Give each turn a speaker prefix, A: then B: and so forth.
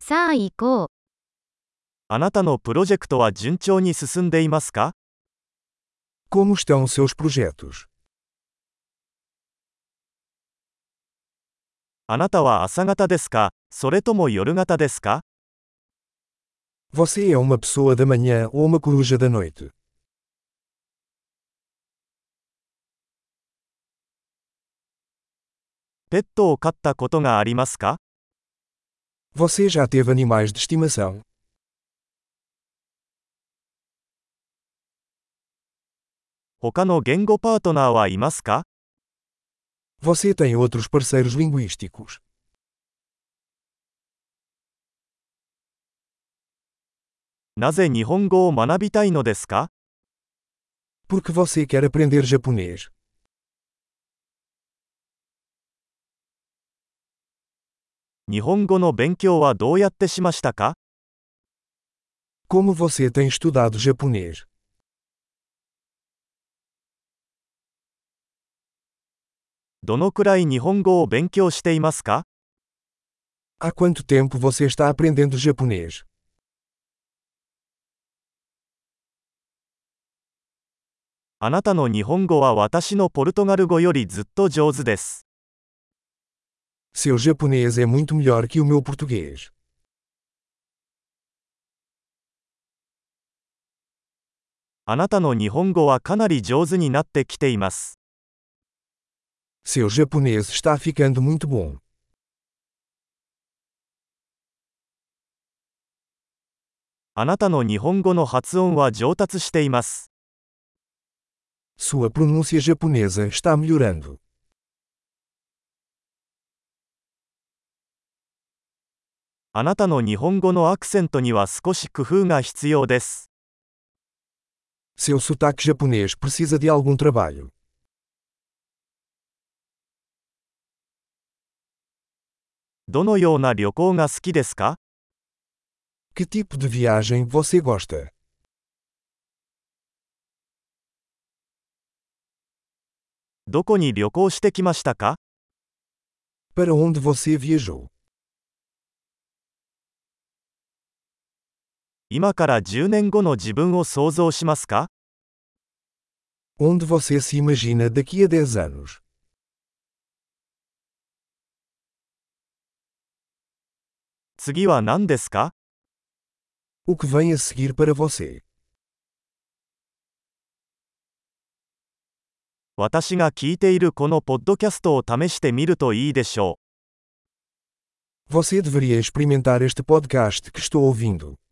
A: さあ行こう。
B: あなたのプロジェクトは順調に進んでいますか
C: Como estão seus projetos?
B: あなたは朝方ですかそれとも夜型ですか
C: Você é uma pessoa da manhã ou uma coruja da noite?
B: ペットを飼ったことがありますか
C: Você já teve animais de estimação?
B: 他の言語パートナーはいますか
C: Você tem outros parceiros linguísticos?
B: なぜ日本語を学びたいのですか
C: Porque você quer aprender japonês?
B: 日本語の勉強はどうやってしましたか
C: Como você tem estudado japonês?
B: どのくらい日本語を勉強していますか
C: Há quanto tempo você está aprendendo japonês?
B: あなたの日本語は私のポルトガル語よりずっと上手です。
C: Seu japonês é muito melhor que o meu português.
B: あなたの日本語はかなり上手になってきています。
C: Seu japonês está ficando muito bom.
B: あなたの日本語の発音は上達しています。
C: Sua pronúncia japonesa está melhorando.
B: あなたの日本語のアクセントには少し工夫が必要です。
C: Seu sotaque japonês precisa de algum trabalho.
B: どのような旅行が好きですか
C: Que tipo de viagem você gosta?
B: どこに旅行してきましたか
C: Para onde você viajou?
B: 今から10年後の自分を想像しますか
C: Onde você se imagina daqui a 10 anos?
B: 次は何ですか
C: O que vem a seguir para você?
B: 私が聞いているこのポッドキャストを試してみるといいでしょう。
C: Você deveria experimentar este podcast que estou ouvindo.